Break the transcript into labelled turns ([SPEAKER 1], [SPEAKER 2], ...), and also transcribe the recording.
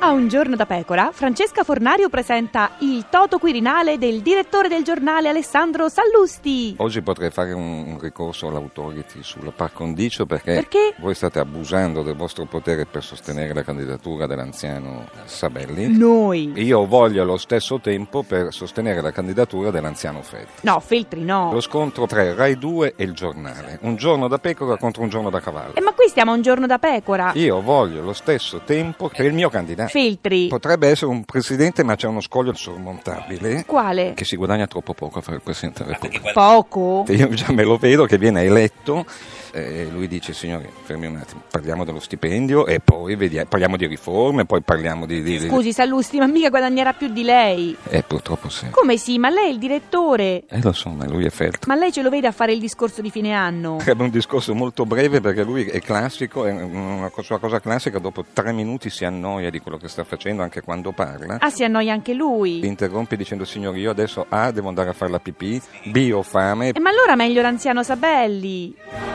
[SPEAKER 1] A un giorno da pecora, Francesca Fornario presenta il Toto Quirinale del direttore del giornale Alessandro Sallusti.
[SPEAKER 2] Oggi potrei fare un, un ricorso all'autority sulla par condicio perché,
[SPEAKER 1] Perché?
[SPEAKER 2] voi state abusando del vostro potere per sostenere la candidatura dell'anziano
[SPEAKER 1] Mm.
[SPEAKER 2] Sabelli.
[SPEAKER 1] Noi.
[SPEAKER 2] Io voglio allo stesso tempo per sostenere la candidatura dell'anziano Feltri.
[SPEAKER 1] No, Feltri no.
[SPEAKER 2] Lo scontro tra Rai 2 e il giornale. Un giorno da pecora contro un giorno da cavallo.
[SPEAKER 1] Eh, ma qui stiamo a un giorno da pecora.
[SPEAKER 2] Io voglio lo stesso tempo per il mio candidato.
[SPEAKER 1] Feltri.
[SPEAKER 2] Potrebbe essere un presidente, ma c'è uno scoglio
[SPEAKER 1] Eh.
[SPEAKER 2] insormontabile
[SPEAKER 1] Quale?
[SPEAKER 2] che si guadagna troppo poco a fare il presidente della Repubblica.
[SPEAKER 1] Poco?
[SPEAKER 2] E Io già me lo vedo che viene eletto e lui dice signori fermi un attimo, parliamo dello stipendio e poi vediamo, parliamo di riforme, poi parliamo di... di, di-
[SPEAKER 1] Scusi Sallusti, ma mica guadagnerà più di lei.
[SPEAKER 2] Eh purtroppo sì.
[SPEAKER 1] Come sì, ma lei è il direttore.
[SPEAKER 2] Eh lo so, ma lui è Feltri.
[SPEAKER 1] Ma lei ce lo vede a fare il discorso di fine anno?
[SPEAKER 2] Sarebbe un discorso molto breve perché lui è classico, è una co- sua cosa classica, dopo tre minuti si annoia di quello che sta facendo anche quando parla.
[SPEAKER 1] Ah, si annoia anche
[SPEAKER 2] Li
[SPEAKER 1] lui.
[SPEAKER 2] interrompe dicendo signori io adesso A devo andare a fare la pipì, B ho fame,
[SPEAKER 1] Eh, E ma allora meglio l'anziano Sabelli.